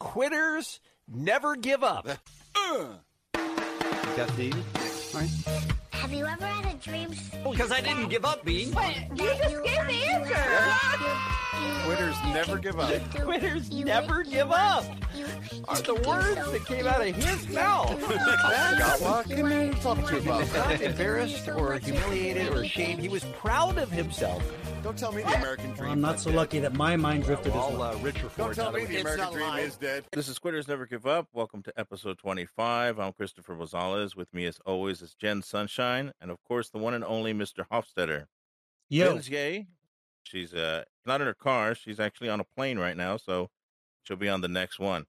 Quitters never give up. Got these? Have you ever had a dream? Because Oh, I didn't give up, Bean. you just gave the answer. Quitters never give up. Quitters never give up. Are the words that came out of his mouth. Scott, what can you talk to about that? Not embarrassed or humiliated or ashamed. He was proud of himself. Don't tell me the American dream. I'm not so lucky that my mind drifted as All well. uh, richer for Don't it. tell me the It's American not dream lying. is dead. This is Quitters Never Give Up. Welcome to episode 25. I'm Christopher Rosales. With me, as always, is Jen Sunshine and, of course, the one and only Mr. Hofstetter. Yo, Jen's yay. She's uh, not in her car. She's actually on a plane right now, so she'll be on the next one.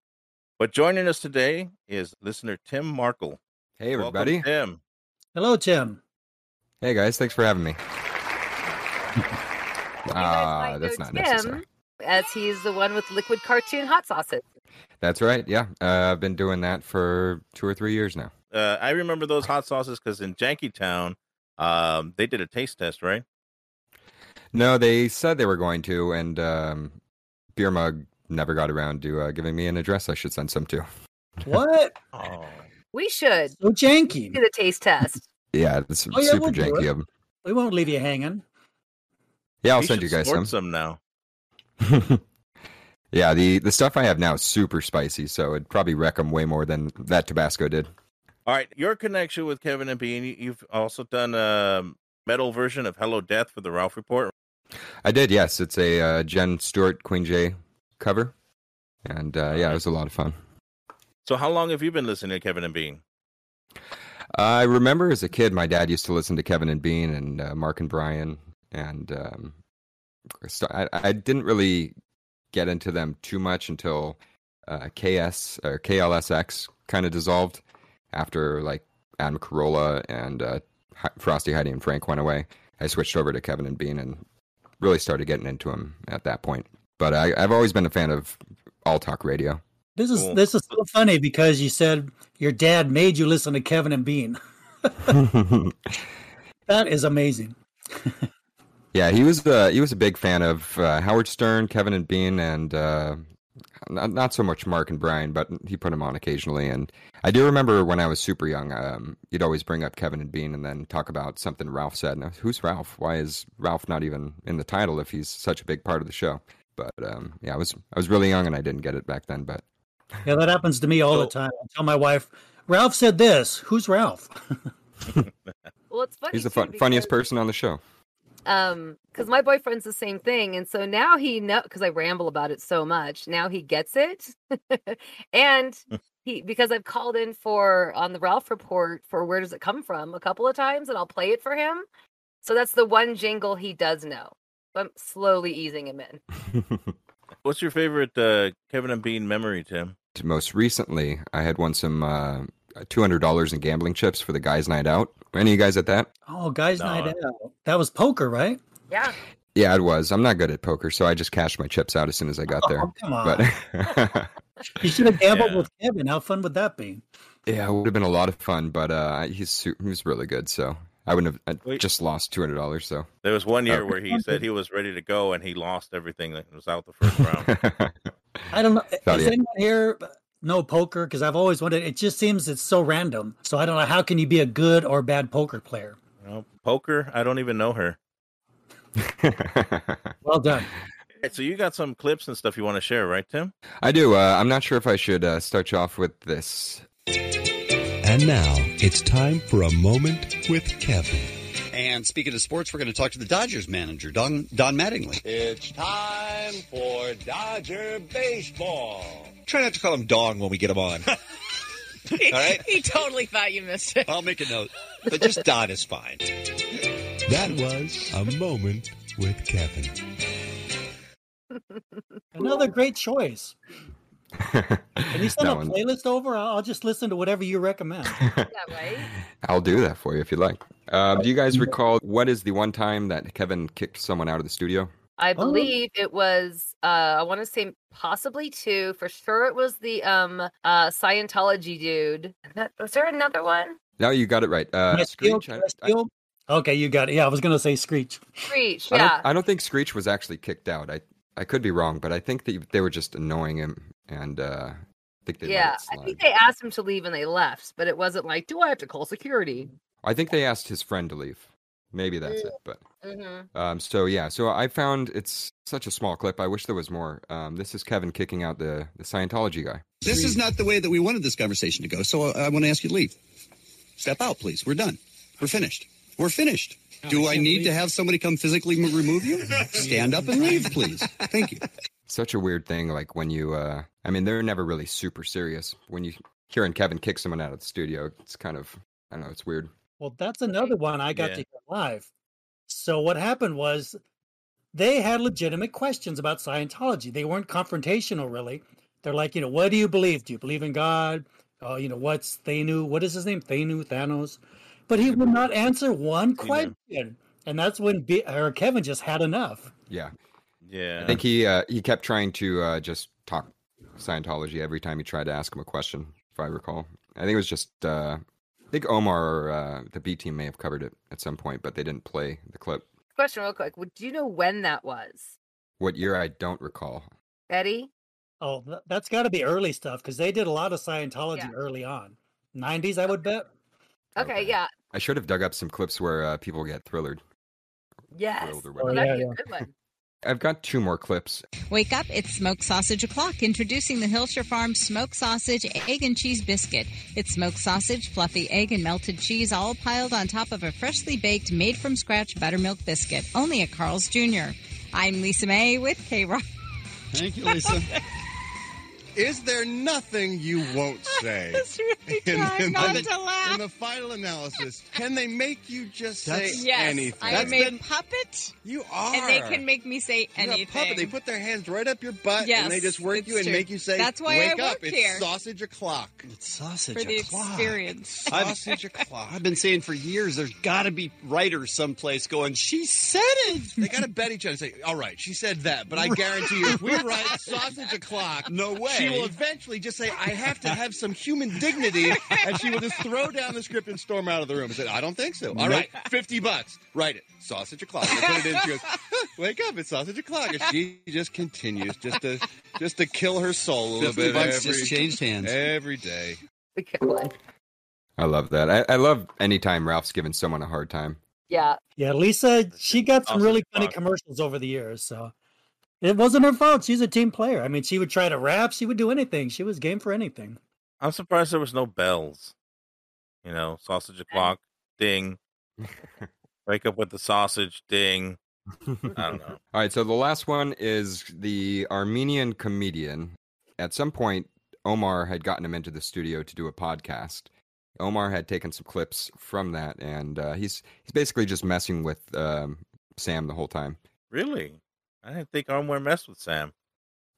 But joining us today is listener Tim Markle. Hey, Welcome, everybody. Tim. hello, Tim. Hey, guys. Thanks for having me. You guys Ah, might that's know not Tim, necessary. As he's the one with liquid cartoon hot sauces. That's right. Yeah. Uh, I've been doing that for two or three years now. Uh, I remember those hot sauces because in Jankytown, um, they did a taste test, right? No, they said they were going to, and um, Beer Mug never got around to uh, giving me an address I should send some to. What? Oh. We should So janky. do the taste test. Yeah, it's Oh, yeah, super we'll do janky it. of them. We won't leave you hanging. Yeah, I'll We send should you guys snort some. some now. yeah, the, the stuff I have now is super spicy, so it'd probably wreck them way more than that Tabasco did. All right, your connection with Kevin and Bean. you- You've also done a metal version of "Hello Death" for the Ralph Report. I did, yes. It's a uh, Jen Stewart Queen J cover. And uh, yeah, it was a lot of fun. So, how long have you been listening to Kevin and Bean? I remember as a kid, my dad used to listen to Kevin and Bean and uh, Mark and Brian, and um, so I, I didn't really get into them too much until uh, KS or KLSX kind of dissolved after like Adam Carolla and uh, Hi- Frosty, Heidi, and Frank went away. I switched over to Kevin and Bean and really started getting into them at that point. But I, I've always been a fan of all talk radio. This is Cool. this is so funny because you said your dad made you listen to Kevin and Bean. That is amazing. Yeah, he was the he was a big fan of uh, Howard Stern, Kevin and Bean, and uh, not not so much Mark and Brian, but he put him on occasionally. And I do remember when I was super young, um, you'd always bring up Kevin and Bean, and then talk about something Ralph said. And I was, who's Ralph? Why is Ralph not even in the title if he's such a big part of the show? But um, yeah, I was I was really young and I didn't get it back then. But Yeah, that happens to me all the So- time. I tell my wife, Ralph said this. Who's Ralph? Well, it's funny. he's the too, fun, funniest because, person on the show. Um, because my boyfriend's the same thing, and so now he know because I ramble about it so much. Now he gets it, and Hmm. he because I've called in for on the Ralph report for where does it come from a couple of times, and I'll play it for him. So that's the one jingle he does know. I'm slowly easing him in. What's your favorite uh, Kevin and Bean memory, Tim? most recently, I had won some uh, two hundred dollars in gambling chips for the guys' night out. Any of you guys at that? Oh, guys, No. night out. That was poker, right? Yeah, Yeah, it was. I'm not good at poker, so I just cashed my chips out as soon as I got there. Oh, come on. But You should have gambled Yeah. with Kevin. How fun would that be? yeah, it would have been a lot of fun. But uh, he's su- he was really good, so I wouldn't have I Wait. just lost two hundred dollars. So There was one year Oh. where he said he was ready to go and he lost everything that was out the first round. I don't know. Thought Is he- anyone here know poker? Because I've always wondered. It just seems it's so random. So I don't know. How can you be a good or bad poker player? You know, poker? I don't even know her. Well done. All right, so you got some clips and stuff you want to share, right, Tim? I do. Uh, I'm not sure if I should uh, start you off with this. And now it's time for a moment with Kevin. And speaking of sports, we're going to talk to the Dodgers manager, Don, Don Mattingly. It's time for Dodger baseball. Try not to call him Dong when we get him on. He, right. he totally thought you missed it. I'll make a note, but just Don is fine. That was a moment with Kevin. Another great choice. Can you send That a one. playlist over? I'll, I'll just listen to whatever you recommend. I'll do that for you if you like. Uh, do you guys recall what is the one time that Kevin kicked someone out of the studio? I believe it was uh I want to say possibly two. For sure it was the um uh Scientology dude. That- Was there another one? No, you got it right. Uh, Can I steal? Screech. I, Can I steal? Okay, you got it. Yeah, I was gonna say Screech. Screech, I yeah. don't, I don't think Screech was actually kicked out. I I could be wrong, but I think that they were just annoying him, and uh, I think they let yeah. it I slide. think they asked him to leave and they left, but it wasn't like, do I have to call security? I think they asked his friend to leave. Maybe that's it, but. Mm-hmm. Um, so yeah, so I found it's such a small clip. I wish there was more. Um, this is Kevin kicking out the the Scientology guy. This is not the way that we wanted this conversation to go. So uh, I, I want to ask you to leave. Step out, please. We're done. We're finished. We're finished. Do I, need to have somebody come physically m- remove you? Stand up and leave, please. Thank you. Such a weird thing. Like when you, uh, I mean, they're never really super serious. When you hearing Kevin kick someone out of the studio, it's kind of I don't know, it's weird. Well, that's another one I got Yeah. to hear live. So what happened was they had legitimate questions about Scientology. They weren't confrontational, really. They're like, you know, what do you believe? Do you believe in God? Uh, you know, what's Thanu? What is his name? Thanu, Thanos. But he would not answer one question, and that's when B- or Kevin just had enough. Yeah, yeah. I think he uh, he kept trying to uh, just talk Scientology every time you tried to ask him a question. If I recall, I think it was just uh, I think Omar or uh, the B team may have covered it at some point, but they didn't play the clip. Question real quick. Would do you know when that was? What year I don't recall. Betty? Oh, th- that's got to be early stuff because they did a lot of Scientology early on, nineties, I would bet. Okay, yeah. I should have dug up some clips where uh, people get thrillered. Yes. Thrilled or Oh, whatever. that'd be a good one. I've got two more clips. Wake up, it's smoked sausage o'clock. Introducing the Hillshire Farm smoked sausage, egg, and cheese biscuit. It's smoked sausage, fluffy egg, and melted cheese all piled on top of a freshly baked, made from scratch buttermilk biscuit. Only at Carl's Jr. I'm Lisa May with K Rock. Thank you, Lisa. Is there nothing you won't say? trying not to laugh. In the final analysis, can they make you just That's- say yes, anything? I am a puppet. You And they are. can make me say You're a anything. puppet. They put their hands right up your butt Yes, and they just work it's you and true. make you say, That's why I Wake up, work here." it's sausage o'clock. It's sausage for the o'clock. experience. I've- I've been saying for years there's got to be writers someplace going, she said it. They got to bet each other and say, all right, she said that, but I guarantee you, if we write sausage o'clock, No way. she will eventually just say, I have to have some human dignity, and she will just throw down the script and storm out of the room and say, I don't think so. All right, Nope. 50 bucks. Write it. Sausage o'clock. They put it in. She goes, wake up, it's sausage o'clock. And she just continues just to just to kill her soul a little 50 bit. bucks every- just changed hands. Every day. I love that. I, I love anytime Ralph's giving someone a hard time. Yeah. Yeah, Lisa, she got some Sausage really funny o'clock. commercials over the years, so it wasn't her fault. She's a team player. I mean, she would try to rap, she would do anything. She was game for anything. I'm surprised there was no bells. You know, sausage o'clock, ding. Wake up with the sausage, ding. I don't know. All right, so the last one is the Armenian comedian. At some point, Omar had gotten him into the studio to do a podcast. Omar had taken some clips from that, and uh, he's he's basically just messing with um, Sam the whole time. Really? I didn't think Armware messed with Sam.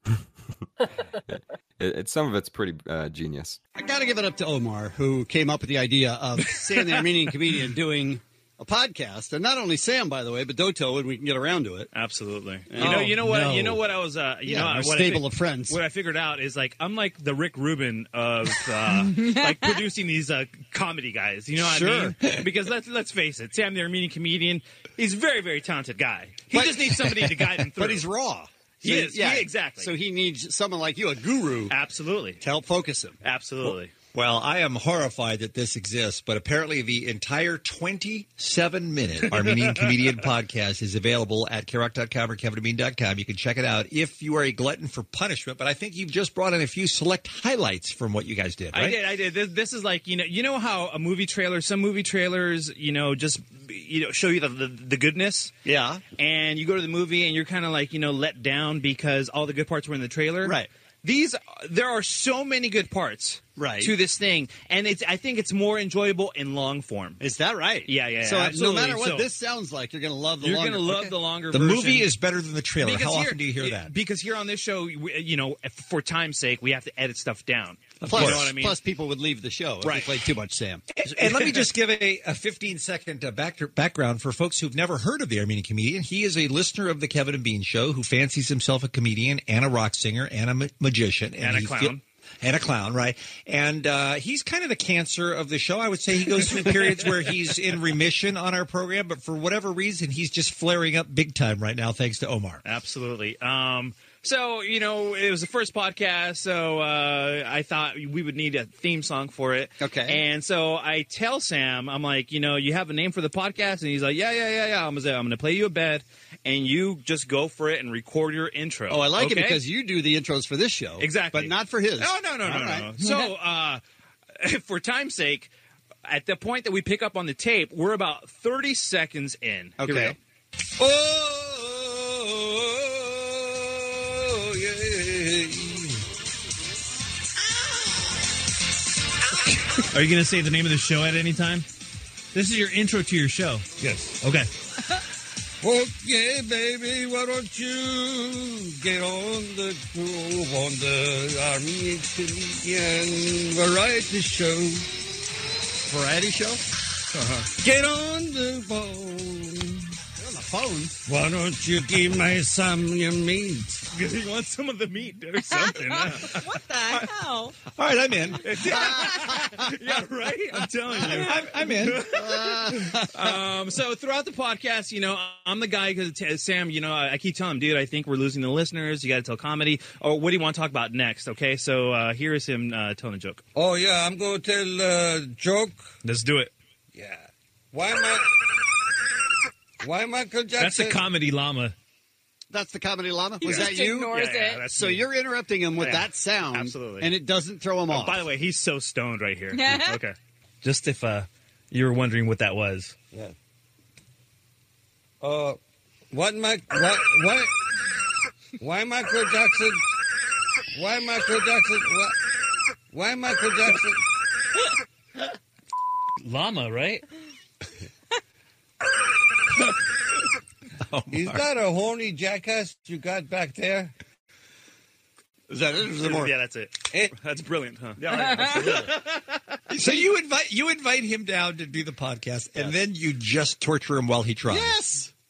It, it, some of it's pretty uh, genius. I got to give it up to Omar, who came up with the idea of Sam the Armenian comedian doing a podcast, and not only Sam, by the way, but Doto, when we can get around to it. Absolutely. You know, you know what? You know what I was. Uh, you Yeah, know, our what I stable fig- of friends. What I figured out is like I'm like the Rick Rubin of uh, like producing these uh, comedy guys. You know what Sure. I mean? Because let's let's face it, Sam the Armenian comedian is a very very talented guy. He just needs somebody to guide him through. But he's He raw. Ah. So, is. Yeah, exactly. So he needs someone like you, a guru, absolutely, to help focus him. Absolutely. Well, I am horrified that this exists, but apparently the entire 27 minute Armenian Comedian podcast is available at Kerak.com or KevinAmeen.com. You can check it out if you are a glutton for punishment, but I think you've just brought in a few select highlights from what you guys did, right? I did. I did. This, this is like you know, you know how a movie trailer, some movie trailers, you know, just you know, show you the the, the goodness. Yeah. And you go to the movie and you're kind of like you know let down because all the good parts were in the trailer. Right. These there are so many good parts. right. to this thing, and it's I think it's more enjoyable in long form. Is that right? Yeah, yeah. So uh, no absolutely. matter what So- this sounds like, you're going to love the You're longer. gonna love okay. the longer. The version. movie is better than the trailer. How often do you hear that? Because here on this show, we, you know, for time's sake, we have to edit stuff down. plus, you know what I mean? plus people would leave the show if we Right. played too much Sam. and let me just give a, a 15 second uh, back background for folks who've never heard of the Armenian comedian. He is a listener of the Kevin and Bean show who fancies himself a comedian and a rock singer and a ma- magician And a he feel- clown. and a clown, right? And uh, he's kind of the cancer of the show. I would say he goes through periods where he's in remission on our program, but for whatever reason, he's just flaring up big time right now, thanks to Omar. Absolutely. Um, so you know, it was the first podcast, so uh, I thought we would need a theme song for it. Okay. And so I tell Sam, I'm like, you know, you have a name for the podcast, and he's like, yeah, yeah, yeah, yeah. I'm gonna, I'm gonna play you a bed, and you just go for it and record your intro. Oh, I like it okay? because you do the intros for this show, Exactly. Oh, but not for his. No, no, no, All no, right. no. So, uh, for time's sake, at the point that we pick up on the tape, we're about 30 seconds in. Here we Okay. go. Oh, Are you going to say the name of the show at any time? This is your intro to your show. Yes. Okay. Okay, baby, why don't you get on the groove on the Army Canadian variety show? Variety show? Uh-huh. Get on the phone. On the phone? Why don't you give me some of your meat? You want some of the meat or something? what the hell? All right, I'm in. yeah, right? I'm telling you. I'm, I'm in. um, so throughout the podcast, you know, I'm the guy because Sam, you know, I, I keep telling him, dude, I think we're losing the listeners. You got to tell comedy. Or what do you want to talk about next? Okay, so uh, here is him uh, telling a joke. Oh, yeah, I'm going to tell a joke. Let's do it. Yeah. Why am I... Why Michael Jackson? That's the comedy llama. That's the comedy llama. He Was just that you? ignores Yeah, it. that's so me. you're interrupting him with Yeah, that sound, absolutely. and it doesn't throw him Oh, off. by the way, he's so stoned right here. okay. Just if uh, you were wondering what that was. Yeah. Uh, what Mike? What? What? Why Michael Jackson? Why Michael Jackson? What? Why Michael Jackson? Llama, right? Is that a horny jackass you got back there? Is that it? Is there more? Yeah, that's it. That's brilliant, huh? Yeah, So you invite you invite him down to do the podcast, and then you just torture him while he tries. Yes.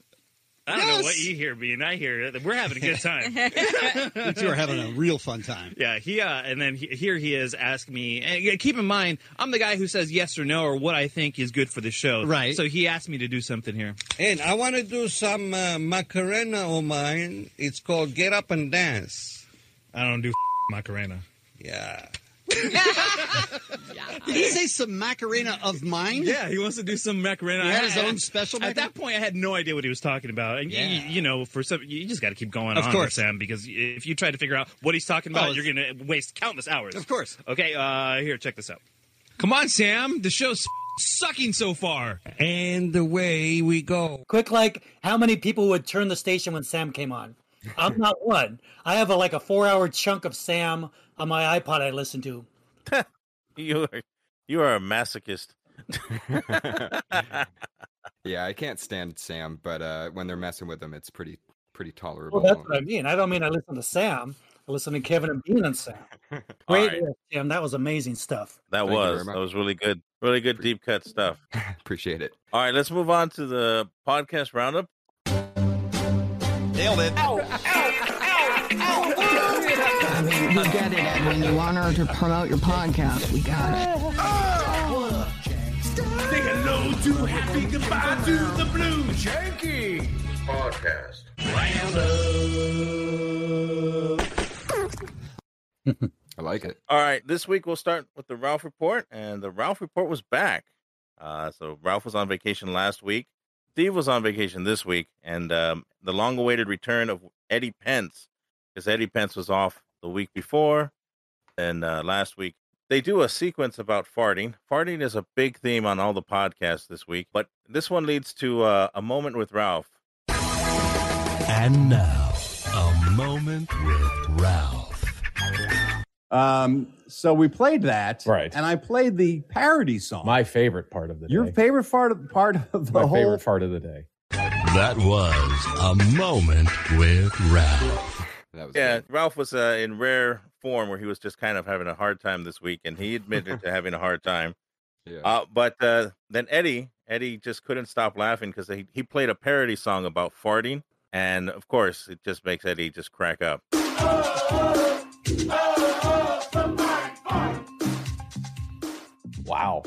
I don't know what you hear, being. I hear it. We're having a good time. You two are having a real fun time. Yeah, he uh, and then he, here he is asking me. And yeah, keep in mind, I'm the guy who says yes or no or what I think is good for the show. Right. So he asked me to do something here. And I want to do some uh, Macarena of mine. It's called Get Up and Dance. I don't do Macarena. Yeah. Did he say some Macarena of mine? Yeah, he wants to do some Macarena. He had his I- I- own special At that point, I had no idea what he was talking about. And y- y- you, know, for some, you just got to keep going Of on, course. with Sam, because if you try to figure out what he's talking Oh, about, it's- you're going to waste countless hours. Of course. Okay, uh, here, check this out. Come on, Sam. The show's sucking so far. And the way we go. Quick, like how many people would turn the station when Sam came on? I'm not one. I have a, like a four-hour chunk of Sam on my iPod I listen to. You are you are a masochist. Yeah, I can't stand Sam, but uh, when they're messing with him, it's pretty pretty tolerable. Well, that's what I mean. I don't mean I listen to Sam. I listen to Kevin and Bean and Sam. Great, list, Sam. That was amazing stuff. That Thank you very was that much. was really good, really good deep cut stuff. Appreciate it. All right, let's move on to the podcast roundup. Nailed it. You get it, Edwin. You want her to promote your podcast. We got it. Say hello to happy, goodbye to the blue janky podcast. I like it. All right, this week we'll start with the Ralph report, and the Ralph report was back. Uh, so Ralph was on vacation last week. Steve was on vacation this week, and um, the long-awaited return of Eddie Pence, because Eddie Pence was off the week before, and uh, last week they do a sequence about farting. Farting is a big theme on all the podcasts this week, but this one leads to uh, a moment with Ralph. And now, a moment with Ralph. Um, so we played that, right? And I played the parody song. My favorite part of the Your day. favorite part of, part of the My whole favorite part of the day. That was a moment with Ralph. yeah, Ralph was uh, in rare form where he was just kind of having a hard time this week, and he admitted to having a hard time. Yeah. Uh, but uh, then Eddie, Eddie just couldn't stop laughing because he, he played a parody song about farting, and of course, it just makes Eddie just crack up. Wow.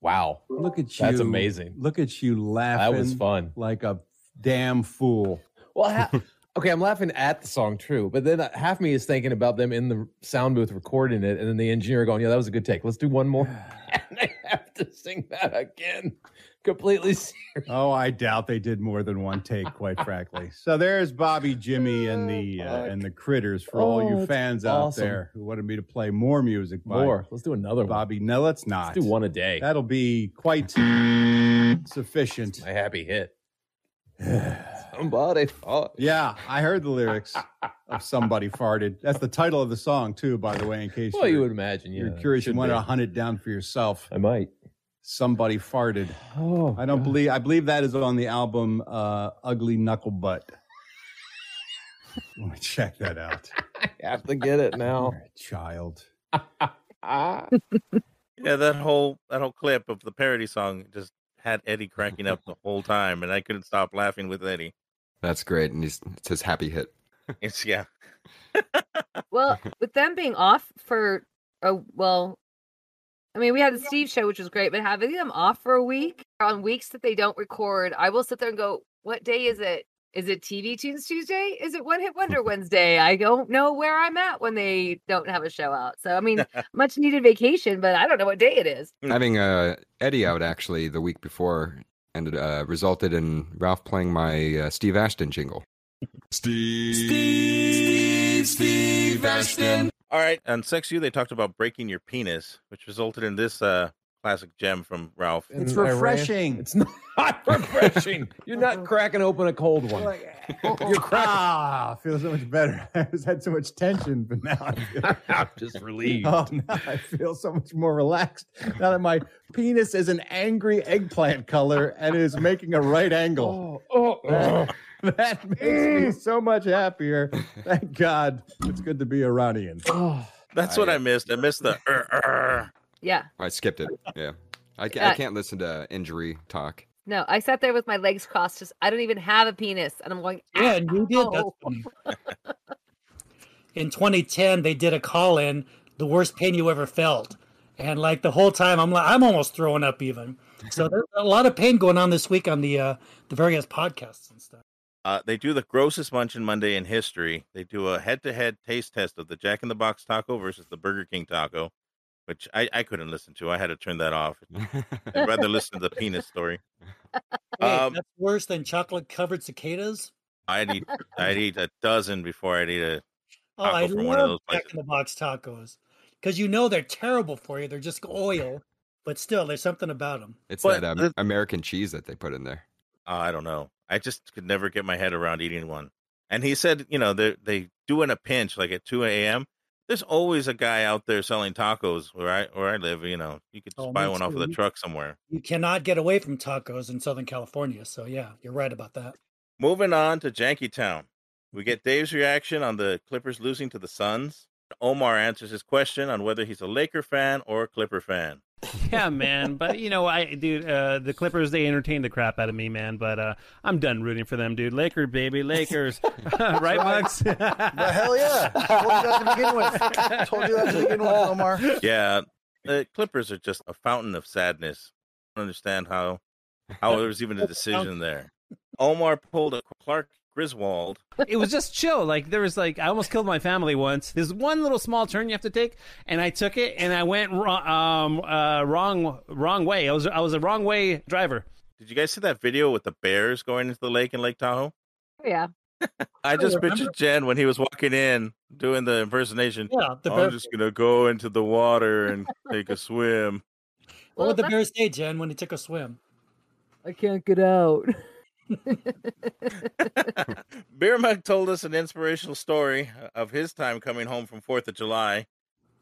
Wow. Look at you. That's amazing. Look at you laughing. That was fun. Like a damn fool. Well, ha- okay, I'm laughing at the song, true, but then uh, half me is thinking about them in the sound booth recording it, and then the engineer going, "Yeah, that was a good take. Let's do one more." and I have to sing that again, completely serious. Oh, I doubt they did more than one take, quite frankly. So there's Bobby, Jimmy, and the uh, and the critters for all Oh, you that's fans out awesome. there who wanted me to play more music. by More. Let's do another one. Bobby. No, let's not. do one a day. That'll be quite sufficient. My happy hit. Somebody farted. Yeah, I heard the lyrics of "Somebody Farted." That's the title of the song, too. By the way, in case Well, you you're- would imagine, yeah, you're it curious, you should want to be. hunt it down for yourself. I might. Somebody farted. Oh, I don't believe. I believe that is on the album uh, "Ugly Knuckle Butt." Let me check that out. I have to get it now. Child. Yeah, that whole that whole clip of the parody song just had Eddie cracking up the whole time, and I couldn't stop laughing with Eddie. That's great. And he's, it's his happy hit. It's yeah, Well, with them being off for a well, I mean, we had the Steve show, which was great, but having them off for a week on weeks that they don't record, I will sit there and go, "What day is it? Is it TV Tunes Tuesday? Is it One Hit Wonder Wednesday?" I don't know where I'm at when they don't have a show out. So, I mean, much needed vacation, but I don't know what day it is. Having uh, Eddie out actually the week before and it, uh, resulted in Ralph playing my uh, Steve Ashton jingle. Steve. Steve. Steve Ashton. All right. On Sex U, they talked about breaking your penis, which resulted in this uh, classic gem from Ralph. It's And I ran- refreshing. It's not refreshing. You're not cracking open a cold one. You're cracking. Ah, I feel so much better. I just had so much tension, but now I feel, I'm just relieved. Oh, now I feel so much more relaxed. Now that my penis is an angry eggplant color and is making a right angle. Oh, that, that makes me so much happier. Thank God. It's good to be Iranian. That's what I missed. I missed the. "Er, er, er." Yeah. I skipped it. Yeah. I, ca- Yeah. I can't listen to injury talk. No, I sat there with my legs crossed. Just I don't even have a penis, and I'm going. Yeah, you did. in 2010 they did a call in the worst pain you ever felt and like the whole time i'm like i'm almost throwing up even so there's a lot of pain going on this week on the uh the various podcasts and stuff Uh, they do the grossest Munchin Monday in history. They do a head to head taste test of the Jack in the Box taco versus the Burger King taco, which I, I couldn't listen to. I had to turn that off. I'd rather listen to the penis story. Wait, Um, that's worse than chocolate covered cicadas I'd eat, I'd eat a dozen before I'd eat a oh taco i from one of love those places. back in the box tacos because you know they're terrible for you they're just oil but still there's something about them It's that um, American cheese that they put in there. Uh, I don't know. I just could never get my head around eating one. And he said, you know, they they do in a pinch, like at two a.m. There's always a guy out there selling tacos where I where I live. You know, you could just Oh, buy me one off of the too. truck somewhere. you cannot get away from tacos in southern california so yeah you're right about that Moving on to Jankytown, we get Dave's reaction on the Clippers losing to the Suns. Omar answers his question on whether he's a Laker fan or a Clipper fan. yeah, man. But you know, I dude, uh, the Clippers they entertained the crap out of me, man. But uh, I'm done rooting for them, dude. Lakers, baby, Lakers. right, Bucks? hell yeah! Told you that to begin with. Told you that to begin with, Omar. Yeah, the Clippers are just a fountain of sadness. I don't understand how how there was even a decision there. Omar pulled a Clark Griswold. it was just chill. Like there was like I almost killed my family once. There's one little small turn you have to take, and I took it, and I went wrong, um, uh, wrong, wrong way. I was I was a wrong way driver. Did you guys see that video with the bears going into the lake in Lake Tahoe? "Oh, Yeah. I just remember. pictured Jen when he was walking in doing the impersonation. Yeah, the I'm bear- just gonna go into the water and take a swim. what would the bears say jen when he took a swim I can't get out. Beer Mug told us an inspirational story uh, of his time coming home from Fourth of July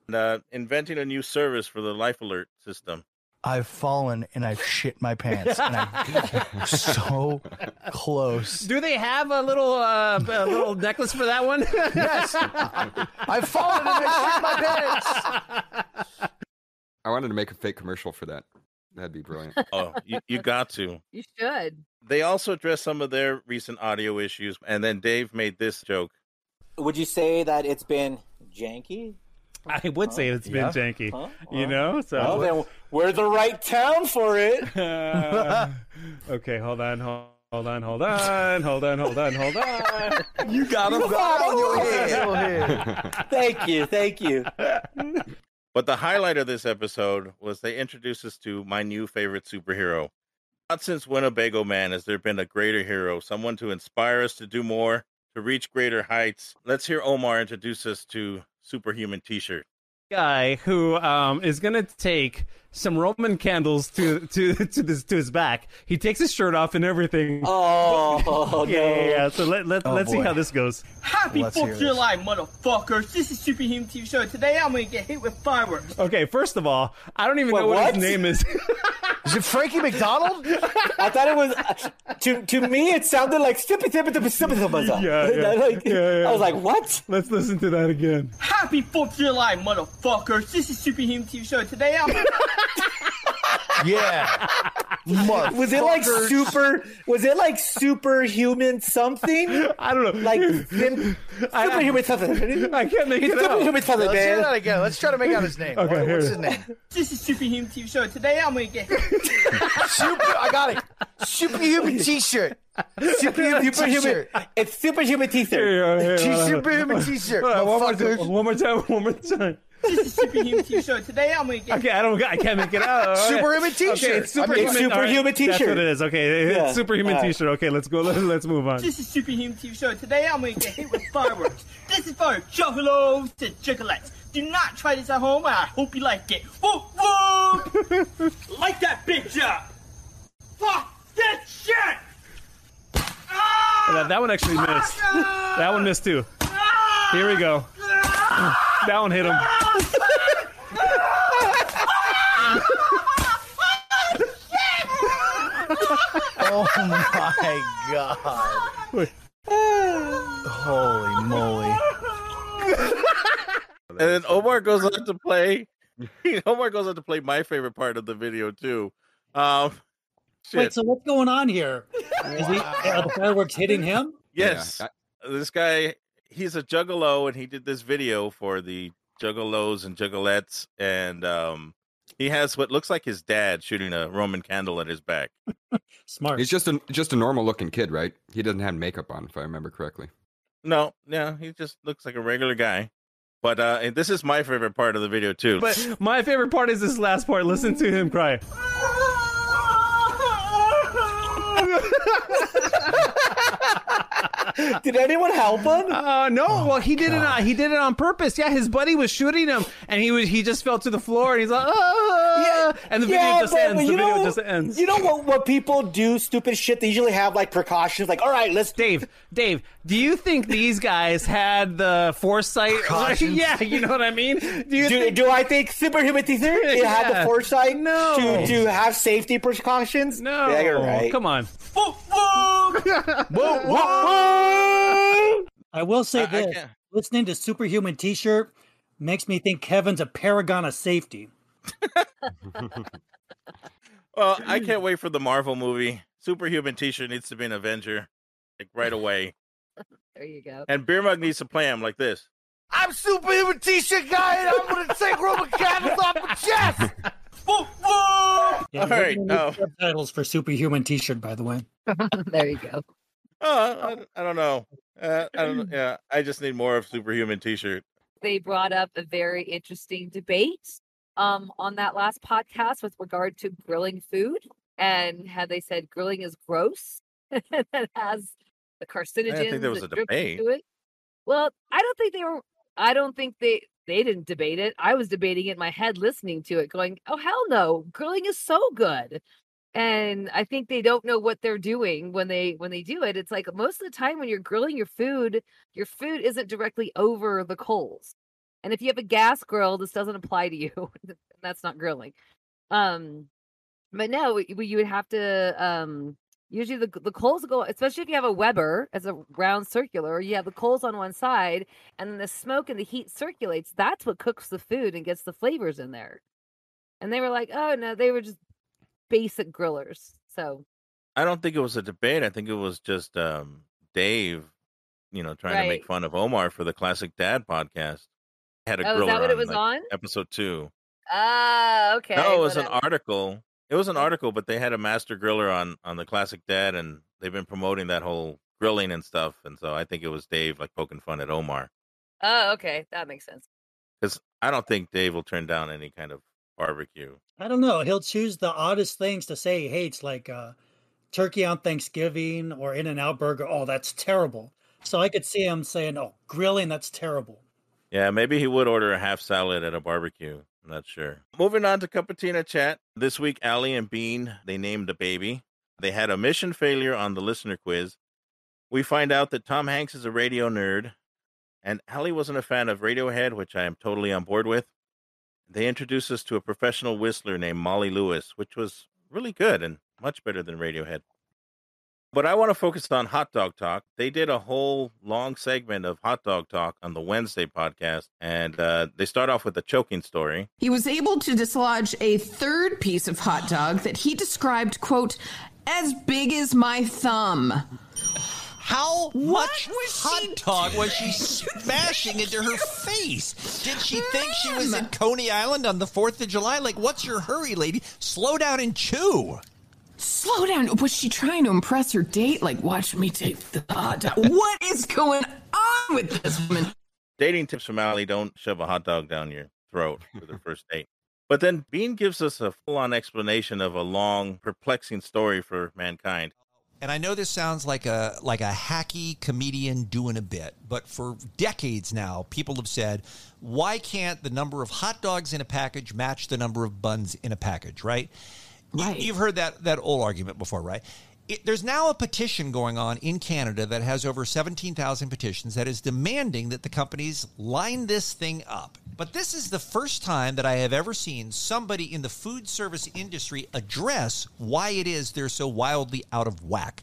and uh, inventing a new service for the Life Alert system. I've fallen and I've shit my pants. And I'm so close. Do they have a little uh, a little necklace for that one? Yes. I've fallen and I shit my pants. I wanted to make a fake commercial for that. That'd be brilliant. Oh, you, you got to. You should. They also addressed some of their recent audio issues, and then Dave made this joke. Would you say that it's been janky? I would say it's been Yeah. janky, Huh? you know. So Well, then we're the right town for it. Uh, okay, hold on, hold, hold on, hold on, hold on, hold on, hold on. You got him on your head. thank you, thank you. But the highlight of this episode was they introduced us to my new favorite superhero. Not since Winnebago Man has there been a greater hero, someone to inspire us to do more, to reach greater heights. Let's hear Omar introduce us to Superhuman T shirt. guy who um, is going to take some Roman candles to to to, this, to his back. He takes his shirt off and everything. Oh, yeah, yeah, no. yeah. So let, let Oh, let's see boy. how this goes. Happy Let's hear Fourth this. of July, motherfuckers! This is Superhuman TV Show. Today I'm gonna get hit with fireworks. Okay, first of all, I don't even Wait, know what, what? his name is. Is it Frankie McDonald? I thought it was. To to me, it sounded like sippy tippy tippy sippy tippy. Yeah, yeah. Like, Yeah, yeah. I was like, what? Let's listen to that again. Happy Fourth of July, motherfuckers! This is Superhuman TV Show. Today I'm. Yeah. Was it like super? Was it like superhuman something? I don't know. Like sim- superhuman something. I can't make it's Superhuman something, Let's man. hear that again. Let's try to make out his name. Okay, What- here What's it his is. name? This is Superhuman TV Show. Today I'm gonna get. Super. I got it. Superhuman T-shirt. Superhuman Superhuman. T-shirt. It's superhuman T-shirt. Superhuman T-shirt. All right, one, more motherfuckers. time, one more time. One more time. This is Superhuman TV Show. Today I'm gonna get. Okay, I don't. I can't make it out. All right. Superhuman T-shirt. Okay, it's I mean, superhuman. it's all superhuman That's T-shirt. what it is. Okay, it's Yeah, superhuman all right. T-shirt. Okay, let's go. Let's move on. This is Superhuman TV Show. Today I'm gonna get hit with fireworks. this is for juggalos and juggalettes. Do not try this at home, and I hope you like it. Whoop whoop! like that bitch up. Fuck that shit. That, that one actually missed. that one missed too. Here we go. that one hit him. Oh my god. Holy moly. And then Omar goes on to play. Omar goes on to play my favorite part of the video, too. Um, Wait, shit. so what's going on here? Is he, are the fireworks hitting him? Yes. uh, This guy, he's a juggalo, and he did this video for the juggalos and juggalettes, and um, he has what looks like his dad shooting a Roman candle at his back. Smart. He's just a just a normal looking kid, right? He doesn't have makeup on, if I remember correctly. No, no, he just looks like a regular guy. But uh, and this is my favorite part of the video too. But my favorite part is this last part. Listen to him cry. Did anyone help him? Oh, Uh, no. well, he did it. On, he did it on purpose. Yeah, his buddy was shooting him, and he was he just fell to the floor, and he's like, oh, and the video just but- ends. but the you video know- just ends. You know what? What people do, stupid shit. They usually have like precautions, like, all right, let's Dave. Dave, do you think these guys had the foresight? Precautions. yeah, you know what I mean. Do you do, think- do I think superhuman teacher it had Yeah. the foresight No. to, to have safety precautions? No, yeah, you're right. come on. I will say this: listening to Superhuman T-shirt makes me think Kevin's a paragon of safety. Well, I can't wait for the Marvel movie. Superhuman T-shirt needs to be an Avenger, like right away. There you go. And Beer Mug needs to play him like this. I'm superhuman T-shirt guy, and I'm gonna take Roman candles off my chest. Yeah, All we're gonna right, need oh. subtitles for Superhuman T-shirt, by the way. there you go. Oh, I, I don't know. Uh, I don't. Yeah, I just need more of Superhuman T-shirt. They brought up a very interesting debate um, on that last podcast with regard to grilling food and how they said grilling is gross. that has the carcinogens. there was that a drip debate. into it. Well, I don't think they were. I don't think they they didn't debate it. I was debating it in my head, listening to it, going, "Oh hell no, grilling is so good." and i think they don't know what they're doing when they when they do it it's like most of the time when you're grilling your food your food isn't directly over the coals and if you have a gas grill this doesn't apply to you that's not grilling um but no y- you would have to um usually the, the coals go especially if you have a weber as a round circular you have the coals on one side and then the smoke and the heat circulates that's what cooks the food and gets the flavors in there and they were like oh no they were just basic grillers so I don't think it was a debate. I think it was just um, Dave, you know, trying to make Right. fun of Omar for the Classic Dad podcast. Had a Oh, is griller that what it was on? Episode two. ah okay no, it was an whatever. Hm. article. It was an article, but they had a master griller on on the Classic Dad, and they've been promoting that whole grilling and stuff. And so I think it was Dave like poking fun at Omar oh okay that makes sense because I don't think Dave will turn down any kind of barbecue. I don't know. He'll choose the oddest things to say he hates, like uh, turkey on Thanksgiving or In and Out Burger. Oh, that's terrible. So I could see him saying, "Oh, grilling, that's terrible." Yeah, maybe he would order a half salad at a barbecue. I'm not sure. Moving on to Cupertina chat. This week, Allie and Bean, they named a baby. They had a mission failure on the listener quiz. We find out that Tom Hanks is a radio nerd, and Allie wasn't a fan of Radiohead, which I am totally on board with. They introduced us to a professional whistler named Molly Lewis, which was really good and much better than Radiohead. But I want to focus on Hot Dog Talk. They did a whole long segment of Hot Dog Talk on the Wednesday podcast, and uh, they start off with a choking story. He was able to dislodge a third piece of hot dog that he described, quote, as big as my thumb. How much hot Dog was she smashing into her face? Did she think she was in Coney Island on the 4th of July? Like, what's your hurry, lady? Slow down and chew. Slow down. Was she trying to impress her date? Like, watch me take the hot dog. What is going on with this woman? Dating tips from Allie don't shove a hot dog down your throat for the first date. But then Bean gives us a full on explanation of a long, perplexing story for mankind. And I know this sounds like a like a hacky comedian doing a bit, but for decades now, people have said, why can't the number of hot dogs in a package match the number of buns in a package, right? right. You've heard that that old argument before, right? It, there's now a petition going on in Canada that has over 17,000 petitions that is demanding that the companies line this thing up. But this is the first time that I have ever seen somebody in the food service industry address why it is they're so wildly out of whack.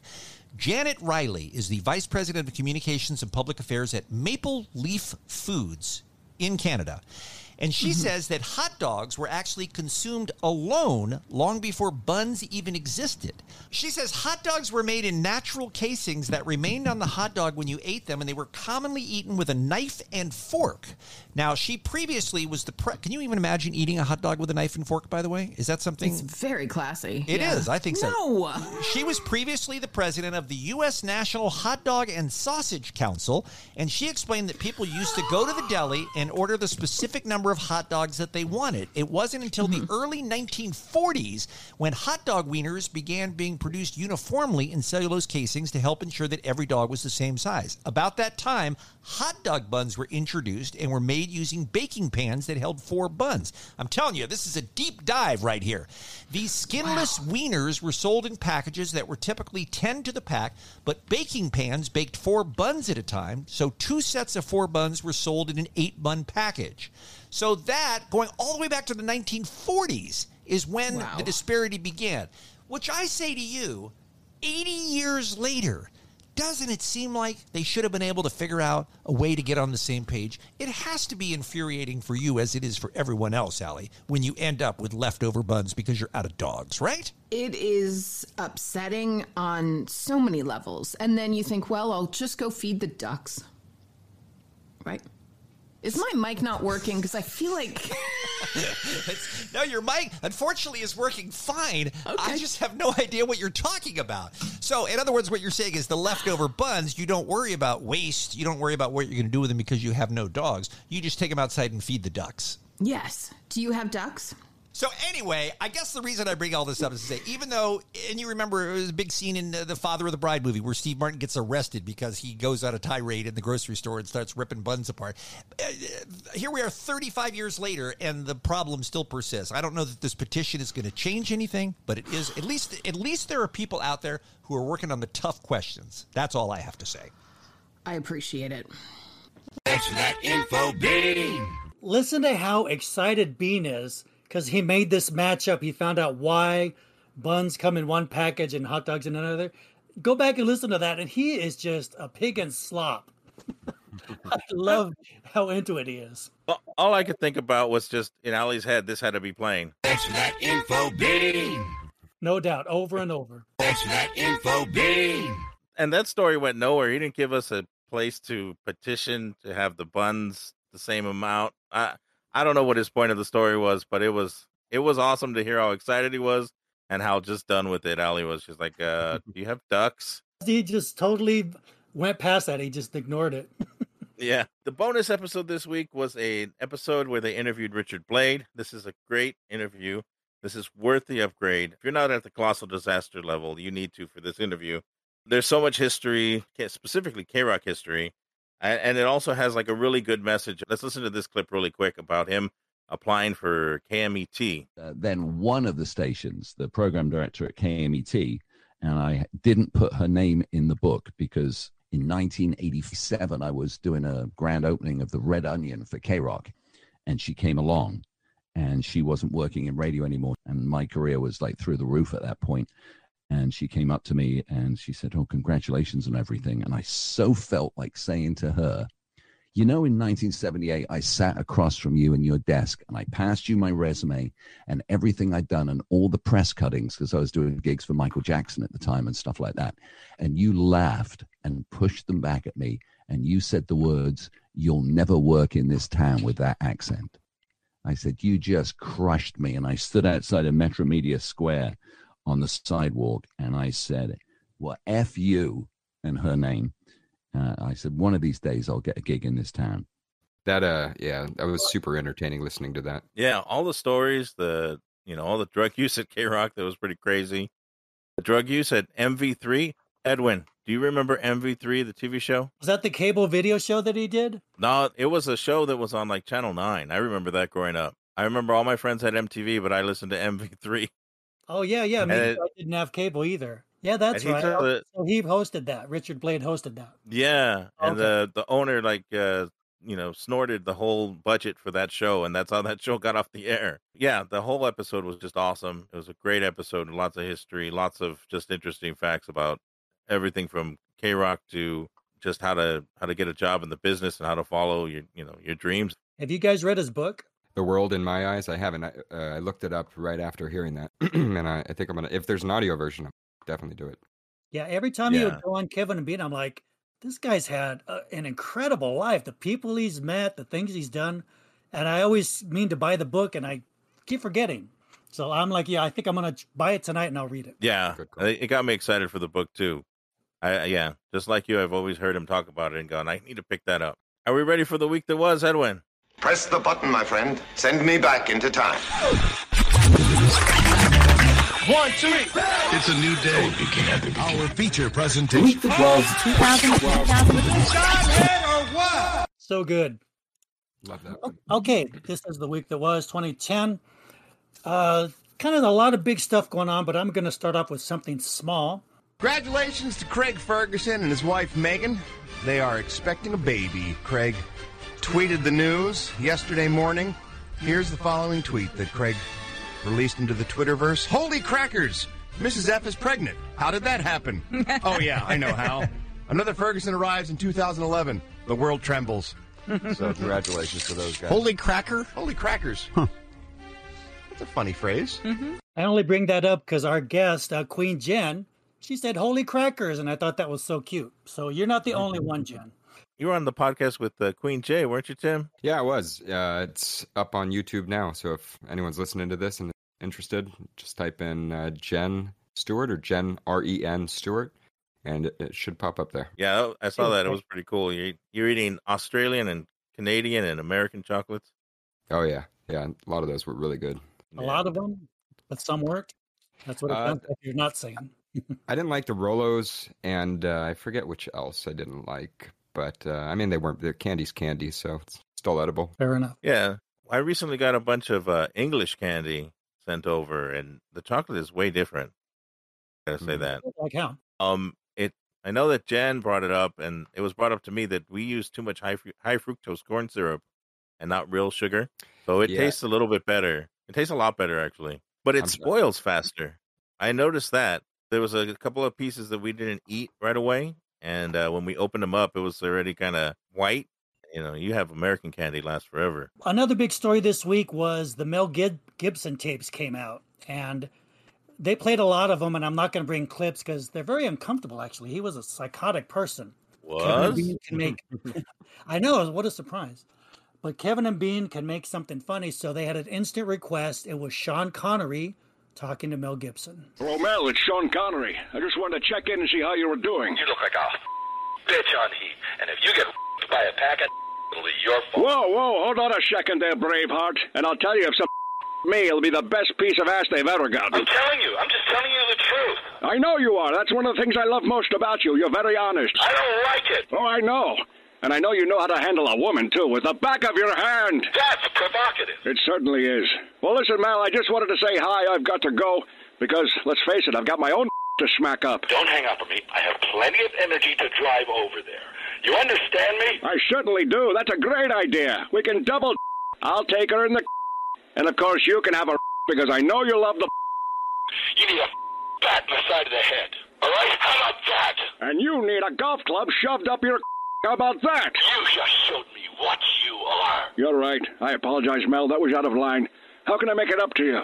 Janet Riley is the Vice President of Communications and Public Affairs at Maple Leaf Foods in Canada. And she says that hot dogs were actually consumed alone long before buns even existed. She says hot dogs were made in natural casings that remained on the hot dog when you ate them, and they were commonly eaten with a knife and fork. Now, she previously was the. Pre- Can you even imagine eating a hot dog with a knife and fork, by the way? Is that something. It's very classy. It It is. is, I think so. No. She was previously the president of the U.S. National Hot Dog and Sausage Council, and she explained that people used to go to the deli and order the specific number of hot dogs that they wanted. It wasn't until the early 1940s when hot dog wieners began being produced uniformly in cellulose casings to help ensure that every dog was the same size. About that time, hot dog buns were introduced and were made using baking pans that held four buns. I'm telling you, this is a deep dive right here. These skinless wieners were sold in packages that were typically 10 to the pack, but baking pans baked four buns at a time, so two sets of four buns were sold in an eight bun package. So that, going all the way back to the 1940s, is when the disparity began. Which I say to you, 80 years later, doesn't it seem like they should have been able to figure out a way to get on the same page? It has to be infuriating for you as it is for everyone else, Allie, when you end up with leftover buns because you're out of dogs, right? It is upsetting on so many levels. And then you think, well, I'll just go feed the ducks. Right? Is my mic not working? Because I feel like. It's- no, your mic, unfortunately, is working fine. I just have no idea what you're talking about. So, in other words, what you're saying is the leftover buns, you don't worry about waste. You don't worry about what you're going to do with them because you have no dogs. You just take them outside and feed the ducks. Yes. Do you have ducks? So anyway, I guess the reason I bring all this up is to say, even though, and you remember it was a big scene in uh, the Father of the Bride movie where Steve Martin gets arrested because he goes on a tirade in the grocery store and starts ripping buns apart. Uh, uh, Here we are, 35 years later, and the problem still persists. I don't know that this petition is going to change anything, but it is at least at least there are people out there who are working on the tough questions. That's all I have to say. I appreciate it. Info Bean. Listen to how excited Bean is because he made this matchup. He found out why buns come in one package and hot dogs in another. Go back and listen to that, and he is just a pig and slop. I love how into it he is. All- All I could think about was just in Ali's head, this had to be playing. Info Bean. No doubt, over and over. Info bean. And that story went nowhere. He didn't give us a place to petition to have the buns the same amount. I I don't know what his point of the story was, but it was it was awesome to hear how excited he was and how just done with it Ali was. She's like, uh, "Do you have ducks?" He just totally went past that. He just ignored it. Yeah. The bonus episode this week was an episode where they interviewed Richard Blade. This is a great interview. This is worth the upgrade. If you're not at the colossal disaster level, you need to for this interview. There's so much history, K- specifically K Rock history, and, and it also has like a really good message. Let's listen to this clip really quick about him applying for E KMET. uh, then one of the stations, the program director at KMET, and I didn't put her name in the book because in 1987 I was doing a grand opening of the Red Onion for K Rock, and she came along, and she wasn't working in radio anymore, and my career was like through the roof at that point. And she came up to me and she said, "Oh, congratulations on everything." And I so felt like saying to her, you know, in 1978, I sat across from you in your desk and I passed you my resume and everything I'd done and all the press cuttings because I was doing gigs for Michael Jackson at the time and stuff like that. And you laughed and pushed them back at me and you said the words, You'll never work in this town with that accent. I said, You just crushed me. And I stood outside of Metro Media Square on the sidewalk and I said, Well, F you and her name. Uh, I said, One of these days I'll get a gig in this town. That uh, yeah, that was super entertaining listening to that. Yeah, all the stories, the you know, all the drug use at K Rock that was pretty crazy. The drug use at MV3. Edwin, do you remember MV3, the TV show? Was that the cable video show that he did? No, it was a show that was on like Channel Nine. I remember that growing up. I remember all my friends had MTV, but I listened to MV3. Oh yeah, yeah. And Maybe it- I didn't have cable either. Yeah, that's And he right. took the- So he hosted that. Richard Blade hosted that. Yeah, and the the owner like uh, you know snorted the whole budget for that show, and that's how that show got off the air. Yeah, the whole episode was just awesome. It was a great episode, lots of history, lots of just interesting facts about everything from K Rock to just how to how to get a job in the business and how to follow your you know your dreams. Have you guys read his book? The world in my eyes. I haven't. I, uh, I looked it up right after hearing that, and I, I think I'm gonna. If there's an audio version, I'll definitely do it. Yeah, every time he Yeah. would go on Kevin and Bean, I'm like, this guy's had uh an incredible life. The people he's met, the things he's done, and I always mean to buy the book, and I keep forgetting. So I'm like, yeah, I think I'm gonna ch- buy it tonight, and I'll read it. Yeah, I- it got me excited for the book too. I I- yeah, just like you, I've always heard him talk about it and gone, I need to pick that up. Are we ready for the week that was, Edwin? Press the button, my friend. Send me back into time. One, two, three. It's a new day. Our feature presentation. Week that was, 2012. or what? So good. Love that. Okay, this is the week that was 2010. Uh, kind of a lot of big stuff going on, but I'm gonna start off with something small. Congratulations to Craig Ferguson and his wife Megan. They are expecting a baby. Craig tweeted the news yesterday morning. Here's the following tweet that Craig released into the Twitterverse Holy crackers! Mrs. F is pregnant. How did that happen? oh, yeah, I know how. Another Ferguson arrives in 2011. The world trembles. So, congratulations to those guys. Holy cracker? Holy crackers. That's a funny phrase. I only bring that up because our guest, uh, Queen Jen, she said "Holy crackers," and I thought that was so cute. So you're not the only one, Jen. You were on the podcast with uh, Queen Jay, weren't you, Tim? Yeah, it was. Uh, it's up on YouTube now. So if anyone's listening to this and interested, just type in uh, Jen Stewart or Jen R E N Stewart, and it, it should pop up there. Yeah, I I saw that. It was pretty cool. You you're eating Australian and Canadian and American chocolates. Oh yeah, yeah. A lot of those were really good. A lot of them, but some worked. That's what it Uh, sounds like you're not saying. I didn't like the Rolos, and uh, I forget which else I didn't like. But uh, I mean, they weren't. They're candy's candy, so it's still edible. Fair enough. Yeah, I recently got a bunch of uh, English candy sent over, and the chocolate is way different. Gotta Mm-hmm. say that. Like how? Um, it. I know that Jan brought it up, and it was brought up to me that we use too much high fru- high fructose corn syrup and not real sugar, so it Yeah. tastes a little bit better. It tastes a lot better actually, but it I'm- spoils faster. I noticed that there was a couple of pieces that we didn't eat right away, and uh, when we opened them up, it was already kind of white. You know, you have American candy lasts forever. Another big story this week was the Mel Gib- Gibson tapes came out, and they played a lot of them. And I'm not going to bring clips because they're very uncomfortable. Actually, he was a psychotic person. Kevin and Was? Bean can make. I know. What a surprise! But Kevin and Bean can make something funny, so they had an instant request. It was Sean Connery talking to Mel Gibson. Well, Mel, it's Sean Connery. I just wanted to check in and see how you were doing. You look like a bitch on heat, and if you get by a pack of it'll be your fault. Whoa, whoa, hold on a second there, Braveheart. And I'll tell you, if some me, it'll be the best piece of ass they've ever got. I'm telling you, I'm just telling you the truth. I know you are. That's one of the things I love most about you. You're very honest. I don't like it. Oh, I know. And I know you know how to handle a woman, too, with the back of your hand. That's provocative. It certainly is. Well, listen, Mel, I just wanted to say hi. I've got to go. Because, let's face it, I've got my own to smack up. Don't hang up on me. I have plenty of energy to drive over there. You understand me? I certainly do. That's a great idea. We can double. I'll take her in the. And of course, you can have a. Because I know you love the. You need a bat in the side of the head. All right? How about that? And you need a golf club shoved up your. How about that? You just showed me what you are. You're right. I apologize, Mel. That was out of line. How can I make it up to you?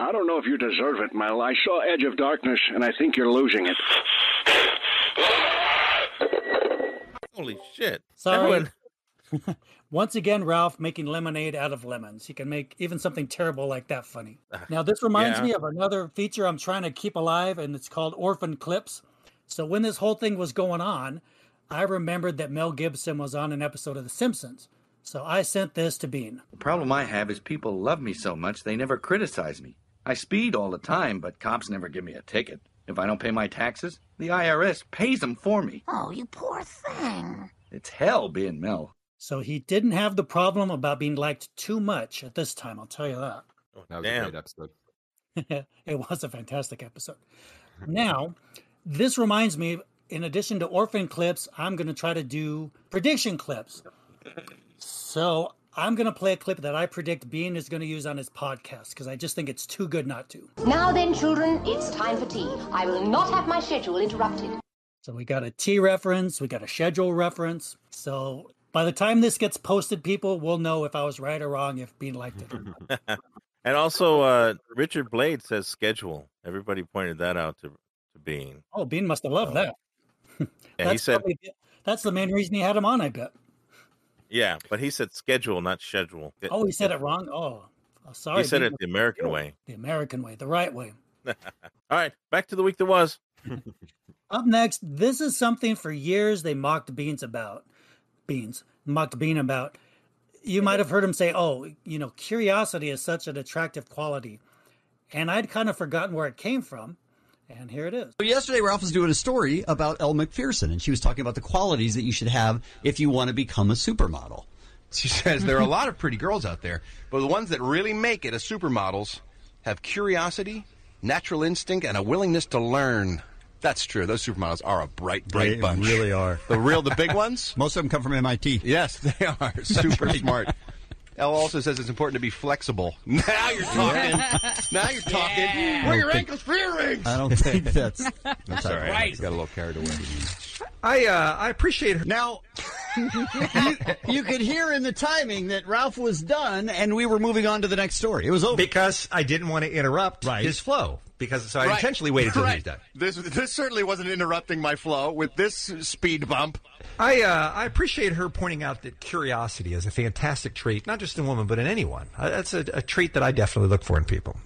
I don't know if you deserve it, Mel. I saw Edge of Darkness, and I think you're losing it. Holy shit! Sorry. Everyone- Once again, Ralph making lemonade out of lemons. He can make even something terrible like that funny. Now, this reminds Ah, Yeah. me of another feature I'm trying to keep alive, and it's called Orphan Clips. So, when this whole thing was going on, I remembered that Mel Gibson was on an episode of The Simpsons. So, I sent this to Bean. The problem I have is people love me so much they never criticize me. I speed all the time, but cops never give me a ticket. If I don't pay my taxes, the IRS pays them for me. Oh, you poor thing. It's hell being Mel. So, he didn't have the problem about being liked too much at this time, I'll tell you that. Oh, That was a great episode. it was a fantastic episode. Now, this reminds me, in addition to orphan clips, I'm going to try to do prediction clips. So I'm going to play a clip that I predict Bean is going to use on his podcast because I just think it's too good not to. Now then, children, it's time for tea. I will not have my schedule interrupted. So we got a T reference, we got a schedule reference. So by the time this gets posted, people will know if I was right or wrong, if Bean liked it. or not. and also, uh, Richard Blade says schedule. Everybody pointed that out to to Bean. Oh, Bean must have loved that. Yeah, he That's said, probably the- that's the main reason he had him on, I bet. yeah, but he said schedule, not schedule. Oh, he said it wrong. Oh, oh, sorry. he said Bean it the American way. the American way, the right way. All right, back to the week that was. Up next, this is something for years they mocked Beans about. Beans mocked Bean about. You might have heard him say, "Oh, you know, curiosity is such an attractive quality," and I'd kind of forgotten where it came from, and here it is. So yesterday, Ralph was doing a story about Elle McPherson, and she was talking about the qualities that you should have if you want to become a supermodel. She says there are a lot of pretty girls out there, but the ones that really make it as supermodels have curiosity, natural instinct, and a willingness to learn. That's true. Those supermodels are a bright, bright They bunch. really are. The real, the big ones. Most of them come from MIT. Yes, they are super smart. Elle also says it's important to be flexible. Now you're talking. now you're talking. Wear your ankles for earrings. I don't think that's. That's all right. Right. Got a little carried away. I uh, I appreciate her. Now, you, you could hear in the timing that Ralph was done, and we were moving on to the next story. It was over because I didn't want to interrupt his flow. Because so I intentionally waited till he was done. This this certainly wasn't interrupting my flow with this speed bump. I uh, I appreciate her pointing out that curiosity is a fantastic trait, not just in women but in anyone. Uh, that's a, a trait that I definitely look for in people.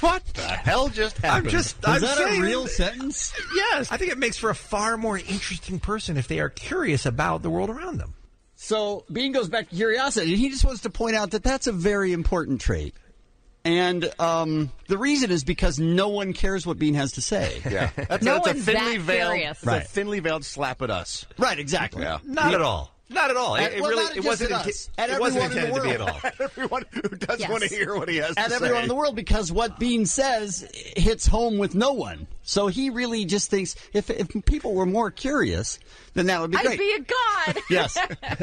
What the hell just I'm just. Is I'm that a saying- real sentence? Yes, I think it makes for a far more interesting person if they are curious about the world around them. So Bean goes back to curiosity, and he just wants to point out that that's a very important trait. And um, the reason is because no one cares what Bean has to say. Yeah. that's, No that's a one's thinly that veiled- curious. it's a thinly veiled slap at us. Right, exactly. Not at all. Not at all. It, At- it well, really not it just wasn't at inten- us. At it wasn't everyone in the intended to be at all. world. everyone who does Yes. want to hear what he has and to everyone say. in the world because what Bean says hits home with no one. So he really just thinks if, if people were more curious, then that would be I'd great. be a god. yes.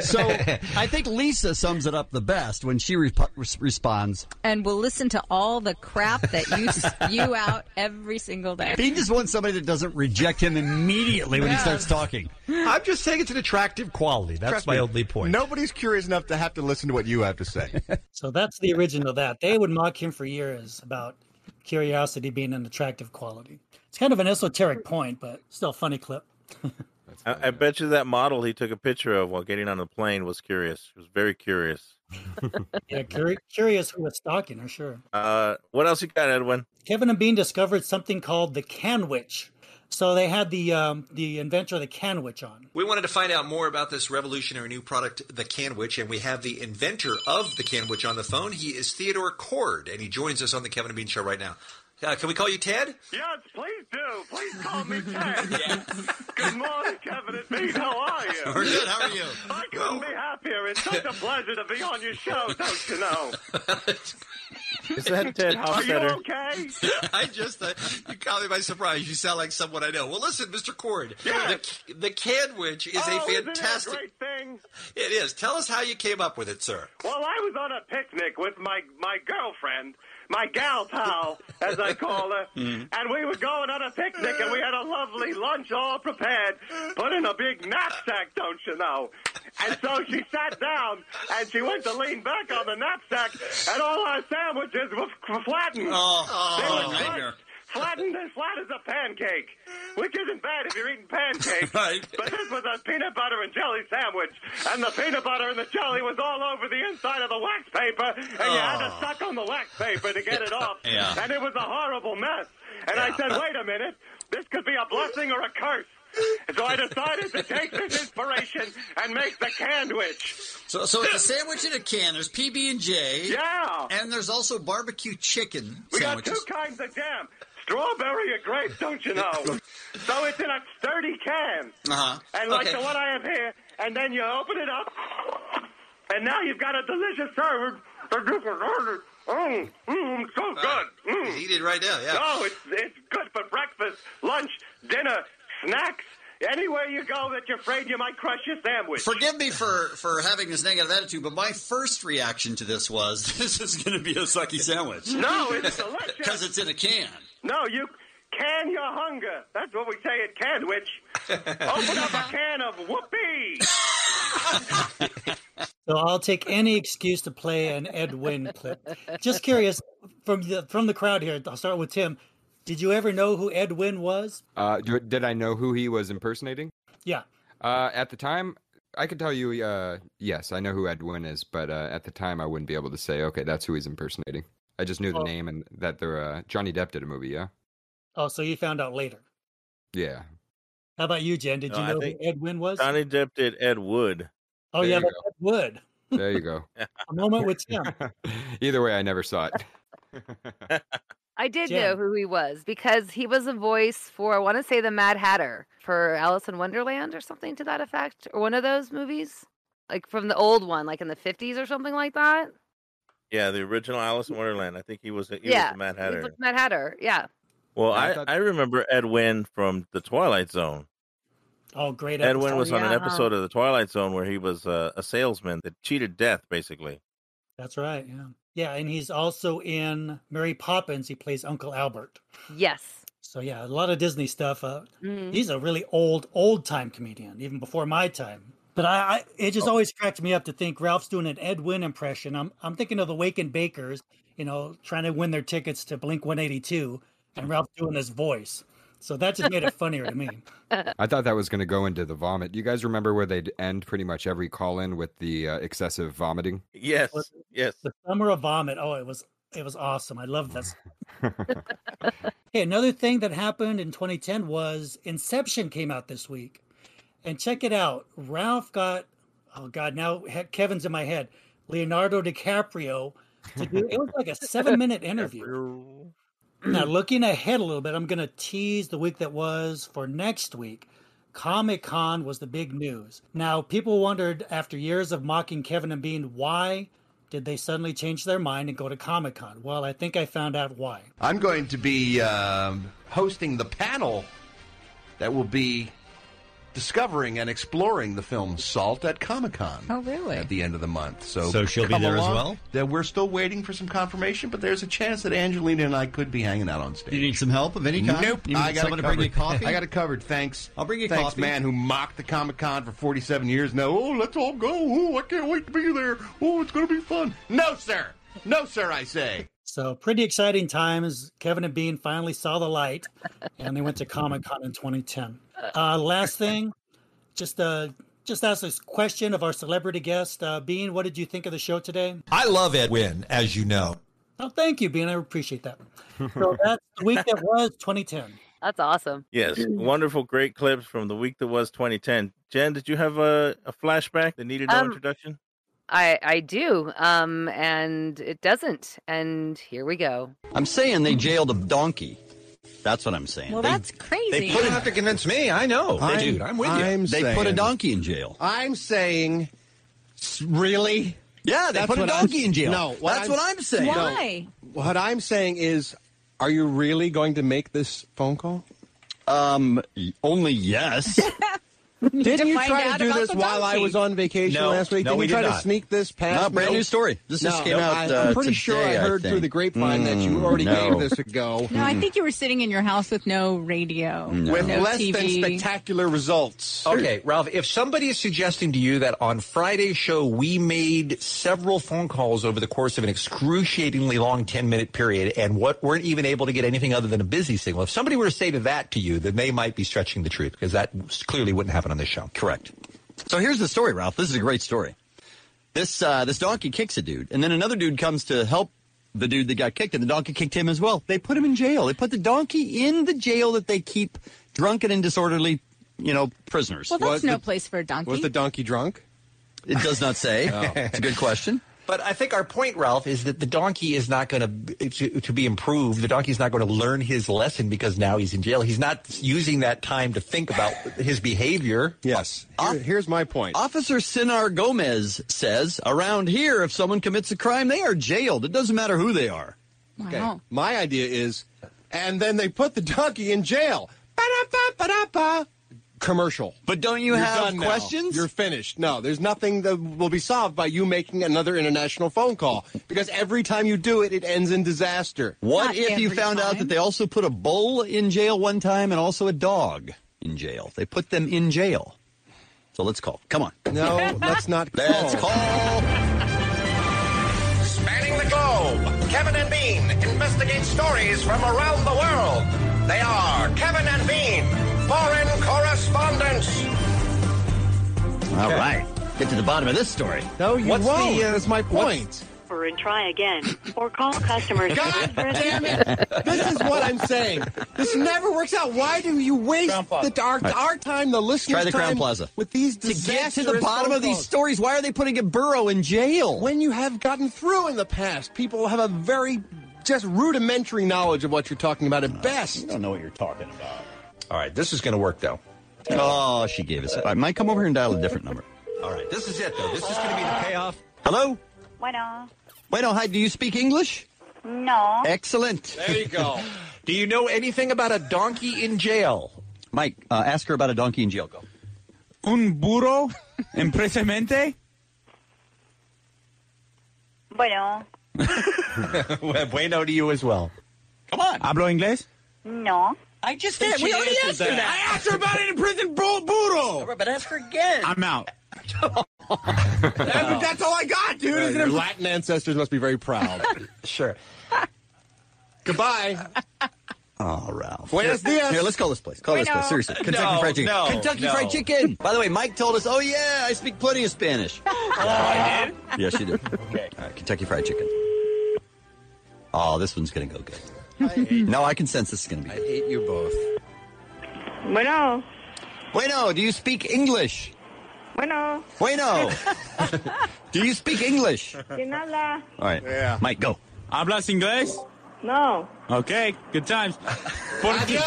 So I think Lisa sums it up the best when she re- res- responds. and we'll listen to all the crap that you spew out every single day. Bean just wants somebody that doesn't reject him immediately when he starts talking. I'm just saying it's an attractive quality. That's Trust my me, only point. Nobody's curious enough to have to listen to what you have to say. So that's the original of that. They would mock him for years about curiosity being an attractive quality. It's kind of an esoteric point, but still a funny clip. I, I bet you that model he took a picture of while getting on the plane was curious. She was very curious. Yeah, curi- curious who was stalking her, sure. Uh, what else you got, Edwin? Kevin and Bean discovered something called the canwich. So they had the um, the inventor of the canwich on. We wanted to find out more about this revolutionary new product, the Canwich, and we have the inventor of the Canwich on the phone. He is Theodore Cord, and he joins us on the Kevin and Bean Show right now. Uh, can we call you Ted? Yes, please do. Please call me Ted. Good morning, Kevin and Bean. How are you? We're good. How are you? I couldn't be happier. It's such a pleasure to be on your show, don't you know? Is that Ted Are you Hofstadter? okay? I just, uh, you caught me by surprise. You sound like someone I know. Well, listen, Mr. Cord, the, the Canwich is oh, a isn't it fantastic. great thing? It is. Tell us how you came up with it, sir. Well, I was on a picnic with my my girlfriend, my gal pal, as I call her, Mhm. and we were going on a picnic, and we had a lovely lunch all prepared, put in a big knapsack, don't you know? And so she sat down, and she went to lean back on the knapsack, and all our sandwiches were f- flattened. Oh, they oh, were crushed, nightmare. flattened as flat as a pancake, which isn't bad if you're eating pancakes. Right. But this was a peanut butter and jelly sandwich, and the peanut butter and the jelly was all over the inside of the wax paper, and you had to Oh. suck on the wax paper to get it off. Yeah. And it was a horrible mess. And I said, wait a minute, this could be a blessing or a curse. And so I decided to take this inspiration and make the sandwich. So, so it's a sandwich in a can. There's PB and J. Yeah. And there's also barbecue chicken We got two kinds of jam. Strawberry and grape, don't you know? so it's in a sturdy can. Uh-huh. And like Okay. the one I have here, and then you open it up, and now you've got a delicious sandwich. that you can order. Mm, mm, so good. Mm. Eat it right now, yeah. No, it's, it's good for breakfast, lunch, dinner, snacks, anywhere you go that you're afraid you might crush your sandwich. Forgive me for, for having this negative attitude, but my first reaction to this was this is going to be a sucky sandwich. No, it's delicious. Because it's in a can. No, you can your hunger. That's what we say at Canwich. Open up a can of whoopee. So I'll take any excuse to play an Ed Wynn clip. Just curious from the from the crowd here. I'll start with Tim. Did you ever know who Ed Wynn was? Uh, do, did I know who he was impersonating? Yeah. Uh, at the time, I could tell you, uh, yes, I know who Edwin is, but uh, at the time, I wouldn't be able to say, okay, that's who he's impersonating. I just knew the Oh. name and that they're uh, Johnny Depp did a movie, yeah, Oh, so you found out later. yeah. How about you, Jen? Did No, you I know who think Ed Wynn was? Johnny Depp did Ed Wood. oh There yeah, you that's Ed Wood. There you go. A moment with Tim. Either way, I never saw it. I did Jen. know who he was because he was a voice for I want to say the Mad Hatter for Alice in Wonderland or something to that effect, or one of those movies, like from the old one, like in the fifties or something like that. Yeah, the original Alice in Wonderland. I think he was. He yeah, was the Mad he's Hatter. like Mad Hatter. Yeah. Well, Yeah, I I, thought- I remember Edwin from the Twilight Zone. Oh, great. Edwin episode. was on an episode of the Twilight Zone where he was uh, a salesman that cheated death, basically. That's right. Yeah. Yeah, and he's also in Mary Poppins. He plays Uncle Albert. Yes. So yeah, a lot of Disney stuff. Uh, Mhm. He's a really old, old time comedian, even before my time. But I, I it just always cracked me up to think Ralph's doing an Ed Wynn impression. I'm, I'm thinking of the Waken Bakers, you know, trying to win their tickets to Blink 182, and Ralph's doing his voice. So that just made it funnier to me. I thought that was going to go into the vomit. You guys remember where they'd end pretty much every call in with the uh, excessive vomiting? Yes, yes. The summer of vomit. Oh, it was, it was awesome. I love this. Hey, another thing that happened in 2010 was Inception came out this week. And check it out. Ralph got oh god, now he- Kevin's in my head. Leonardo DiCaprio to do it was like a seven minute interview. now looking ahead a little bit, I'm gonna tease the week that was for next week. Comic Con was the big news. Now people wondered after years of mocking Kevin and Bean why did they suddenly change their mind and go to Comic Con? Well, I think I found out why. I'm going to be um, hosting the panel that will be discovering and exploring the film Salt at Comic Con. Oh, really? At the end of the month. So, So she'll be come there as along. well? Then We're still waiting for some confirmation, but there's a chance that Angelina and I could be hanging out on stage. Do you need some help of any kind? Nope. You need I got someone it to bring you covered. coffee? I got it covered. Thanks. I'll bring you Thanks, coffee. man, who mocked the Comic Con for 47 years. No, oh, let's all go. Oh, I can't wait to be there. Oh, it's going to be fun. No, sir. No, sir, I say. So pretty exciting times. Kevin and Bean finally saw the light, and they went to Comic Con in 2010. Uh, last thing, just uh, just ask this question of our celebrity guest, uh, Bean. What did you think of the show today? I love Ed Wynn, as you know. Oh, thank you, Bean. I appreciate that. So that's the week that was 2010. That's awesome. Yes, wonderful, great clips from the week that was 2010. Jen, did you have a, a flashback that needed no Um, introduction? I I do. Um, and it doesn't. And here we go. I'm saying they jailed a donkey. That's what I'm saying. Well, They- that's crazy. They You don't have to convince me. I know. They do. I'm with you. they saying- put a donkey in jail. I'm saying, s- really? Yeah, they That's put a what I'm- donkey in jail. No, No, what that's I'm- what I'm saying. No. Why? What I'm saying is, are you really going to make this phone call? Um, only yes. Didn't to you find try to out do about this the while I donkey. was on vacation No, last week? no, Didn't we you did try to not. sneak this past? No, brand me? new story. This just came out, I, uh, am pretty sure I today, I heard through think. the grapevine that you Mm, already gave no. this a go. No, I think you were sitting in your house with no radio, No. with no TV. spectacular results. Okay, Ralph, if somebody is suggesting to you that on Friday's show we made several phone calls over the course of an excruciatingly long 10 minute period and what weren't even able to get anything other than a busy signal, if somebody were to say to that to you, then they might be stretching the truth because that clearly wouldn't happen on this show. Oh, Correct. So here's the story, Ralph. This is a great story. This uh, this donkey kicks a dude, and then another dude comes to help the dude that got kicked, and the donkey kicked him as well. They put him in jail. They put the donkey in the jail that they keep drunken and disorderly, you know, prisoners. Well, that's Was no the- place for a donkey. donkey drunk? It does not say. Oh. It's a good question. Oh. But I think our point, Ralph, is that the donkey is not going to to be improved. The donkey's not going to learn his lesson because now he's in jail. He's not using that time to think about his behavior. Yes. here's my point. Officer Sinar Gomez says around here, if someone commits a crime, they are jailed. It doesn't matter who they are. Okay. Oh. My idea is, and then they put the donkey in jail. Ba-da-ba-ba-da-ba. Commercial. But don't you have now. questions? You're finished. No, there's nothing that will be solved by you making another international phone call because every time you do it, it ends in disaster. What if you found out that they also put a bull in jail one time and also a dog in jail? They put them in jail. So let's call. Come on. No, let's not call. Let's call. Spanning the globe, Kevin and Bean investigate stories from around the world. They are Kevin and Bean, foreign correspondents. All right. Get to the bottom of this story. No, you What's won't. the, uh, That's my what's- point. and try again or call customer God damn it! This is what I'm saying. This never works out. Why do you waste the, our, All right. our time, the listeners' Try the Crown time Plaza. with these To get to the disastrous bottom phone of these calls? stories, why are they putting a burrow in jail? When you have gotten through in the past, people have a very just rudimentary knowledge of what you're talking about at best. You don't Uh, know what you're talking about. All right, this is going to work though. Oh, she gave us. I might come over here and dial a different number. All right, this is it though. This is going to be the payoff. Hello? Bueno. Wait, oh, hi. Do you speak English? No. Excellent. There you go. Do you know anything about a donkey in jail? Mike, uh, ask her about a donkey in jail. Go. Un burro, impresionante. Bueno. bueno to you as well. Come on. Hablo inglés. No. I just did. We already asked her that. I asked her about it in prison. Bu- burro. But ask her again. I'm out. That's all I got, dude. Right, your your Latin ancestors must be very proud. sure. Goodbye. Oh, Ralph. Buenos dias. Here, let's call this place. Call this Bueno. place. Seriously. Kentucky No, Fried Chicken. no, Kentucky no. Fried Chicken. By the way, Mike told us, oh, yeah, I speak plenty of Spanish. I did. yes, you do. Okay. All right, Kentucky Fried Chicken. Oh, this one's going to go good. no, I can sense this is going to be good. I hate you both. Bueno. Bueno, do you speak English? Bueno, Bueno. Do you speak English? ¿quién habla? All right. Yeah. Mike, go. ¿Hablas inglés? No. Okay, good times. ¿Por qué,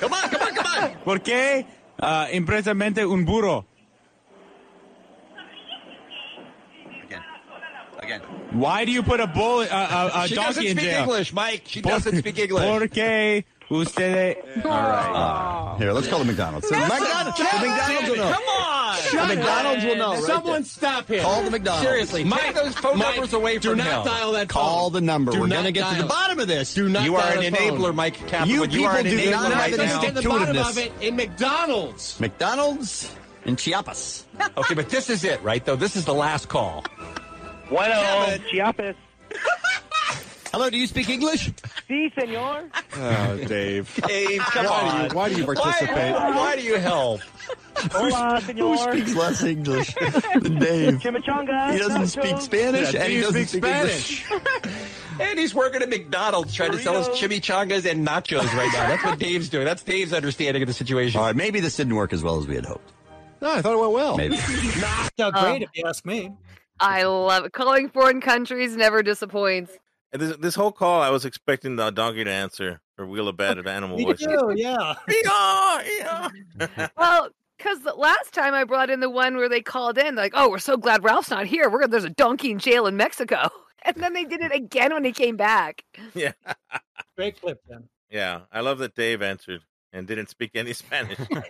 come on, come on, come on. ¿por qué ah, impresamente un burro? Again. Why do you put a bull, a, a, a she doesn't donkey in speak jail? English, Mike. She Por- doesn't speak English. ¿Por qué Ah. ustedes... All right. Uh, Here, let's call the McDonald's. No. McDonald's. The McDonald's will know. Come on. The Shut McDonald's will it. know. Right Someone there. stop him. Call the McDonald's. Seriously, take Mike, those phone Mike, numbers away do from not him. dial that Call phone. the number. Do We're gonna not get to dial the it. bottom of this. Do not You are dial an the phone. enabler, Mike You Capelwood. You, are an people do enabler not right now. understand the bottom of it in McDonald's. McDonald's and Chiapas. Okay, but this is it, right? Though this is the last call. Bueno, Chiapas. Hello, do you speak English? Si, senor. Oh, Dave. Dave, come Why do on. you- why do you participate? Why, why do you help? Hola, Who senor. speaks less English than Dave? Chimichanga. He doesn't nachos. speak Spanish, Yeah, and do he you doesn't speak speak Spanish? And he's working at McDonald's trying to sell us chimichangas and nachos right now. That's what Dave's doing. That's Dave's understanding of the situation. All right, maybe this didn't work as well as we had hoped. No, I thought it went well. Maybe. Out Oh. great if you ask me. I love it. Calling foreign countries never disappoints. And this, this whole call, I was expecting the donkey to answer or wheel a bat at animal Me voice. too, yeah. Well, because the last time I brought in the one where they called in, like, oh, we're so glad Ralph's not here. We're there's a donkey in jail in Mexico, and then they did it again when he came back. Yeah, Great clip, then. yeah. I love that Dave answered and didn't speak any Spanish.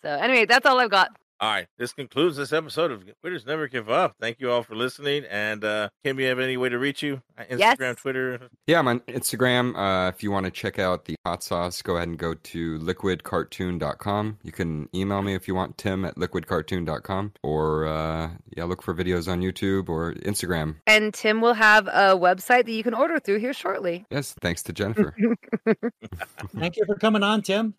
So anyway, that's all I've got. All right, this concludes this episode of Quitters Never Give Up. Thank you all for listening. And uh, Kim, you have any way to reach you? Uh, Instagram, Yes. Twitter. Yeah, I'm on Instagram. Uh, if you want to check out the hot sauce, go ahead and go to liquidcartoon.com. You can email me if you want, Tim at liquidcartoon.com. Or, uh, yeah, look for videos on YouTube or Instagram. And Tim will have a website that you can order through here shortly. Yes, thanks to Jennifer. Thank you for coming on, Tim.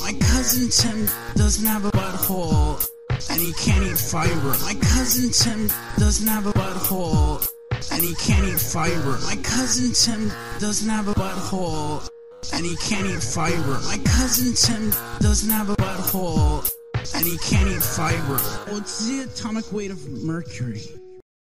My cousin Tim doesn't have a butthole and he can't eat fiber. My cousin Tim doesn't have a butthole and he can't eat fiber. My cousin Tim doesn't have a butthole and he can't eat fiber. My cousin Tim doesn't have a butthole and he can't eat fiber. What's the atomic weight of mercury?